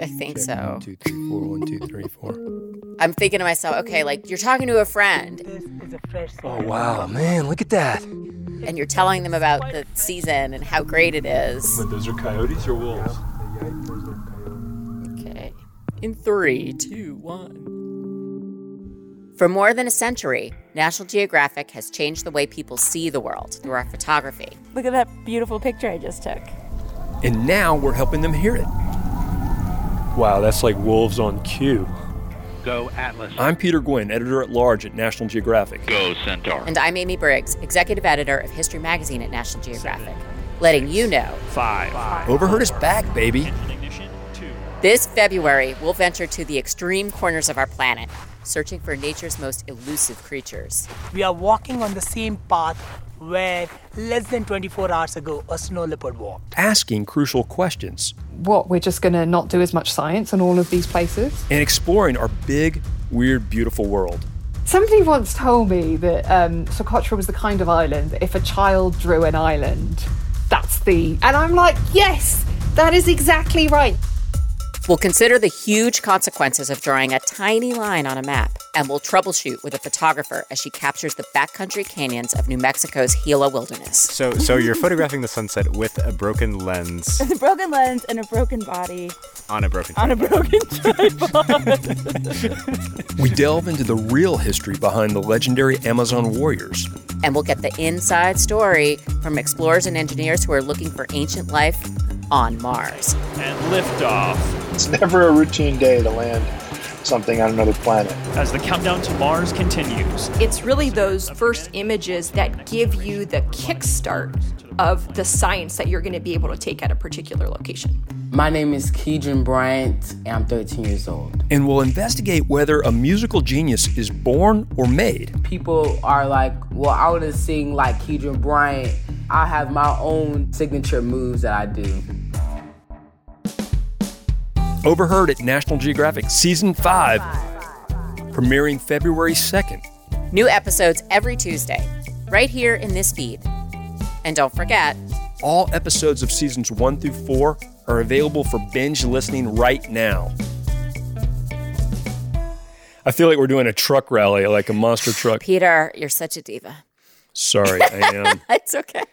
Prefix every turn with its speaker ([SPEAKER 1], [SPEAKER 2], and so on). [SPEAKER 1] I think
[SPEAKER 2] Check.
[SPEAKER 1] so.
[SPEAKER 2] One, two, three, four. One, two, three, four.
[SPEAKER 1] I'm thinking to myself, okay, like you're talking to a friend
[SPEAKER 3] This is a fresh
[SPEAKER 2] Oh wow, man! Look at that.
[SPEAKER 1] and you're telling them about the season and how great it is.
[SPEAKER 4] But those are coyotes or wolves?
[SPEAKER 1] Okay. In three, two, one. For more than a century, National Geographic has changed the way people see the world through our photography.
[SPEAKER 5] Look at that beautiful picture I just took.
[SPEAKER 2] And now we're helping them hear it.
[SPEAKER 4] Wow, that's like wolves on cue.
[SPEAKER 6] Go Atlas.
[SPEAKER 2] I'm Peter Gwynn, editor at large at National Geographic.
[SPEAKER 6] Go Centaur.
[SPEAKER 1] And I'm Amy Briggs, executive editor of History Magazine at National Geographic, letting you know
[SPEAKER 7] Five.
[SPEAKER 2] Overheard is back, baby.
[SPEAKER 7] Engine ignition. Two.
[SPEAKER 1] This February, we'll venture to the extreme corners of our planet, searching for nature's most elusive creatures.
[SPEAKER 3] We are walking on the same path where less than 24 hours ago a snow leopard walked.
[SPEAKER 2] Asking crucial questions
[SPEAKER 8] What, we're just going to not do as much science in all of these places?
[SPEAKER 2] and exploring our big, weird, beautiful world.
[SPEAKER 8] Somebody once told me that um, Socotra was the kind of island that if a child drew an island, that's the. And I'm like, yes, that is exactly right.
[SPEAKER 1] We'll consider the huge consequences of drawing a tiny line on a map, and we'll troubleshoot with a photographer as she captures the backcountry canyons of New Mexico's Gila Wilderness.
[SPEAKER 9] So, so you're photographing the sunset with a broken lens
[SPEAKER 5] It's a broken lens and a broken body
[SPEAKER 9] on a broken.
[SPEAKER 5] on a broken tripod.
[SPEAKER 2] We delve into the real history behind the legendary Amazon warriors.
[SPEAKER 1] And we'll get the inside story from explorers and engineers who are looking for ancient life on Mars.
[SPEAKER 7] And liftoff.
[SPEAKER 10] It's never a routine day to land something on another planet.
[SPEAKER 7] As the countdown to Mars continues.
[SPEAKER 11] It's really those first images that give you the kickstart of the science that you're going to be able to take at a particular location.
[SPEAKER 3] My name is Keedron Bryant and I'm 13 years old.
[SPEAKER 2] And we'll investigate whether a musical genius is born or made.
[SPEAKER 3] People are like, well, I want to sing like Keedron Bryant. I have my own signature moves that I do.
[SPEAKER 2] Overheard at National Geographic Season 5, premiering February 2nd.
[SPEAKER 1] New episodes every Tuesday, right here in this feed. And don't forget,
[SPEAKER 2] All episodes of Seasons 1 through 4 are available for binge listening right now. I feel like we're doing a truck rally, like a monster truck.
[SPEAKER 1] Peter, you're such a diva.
[SPEAKER 2] Sorry, I am.
[SPEAKER 1] It's okay.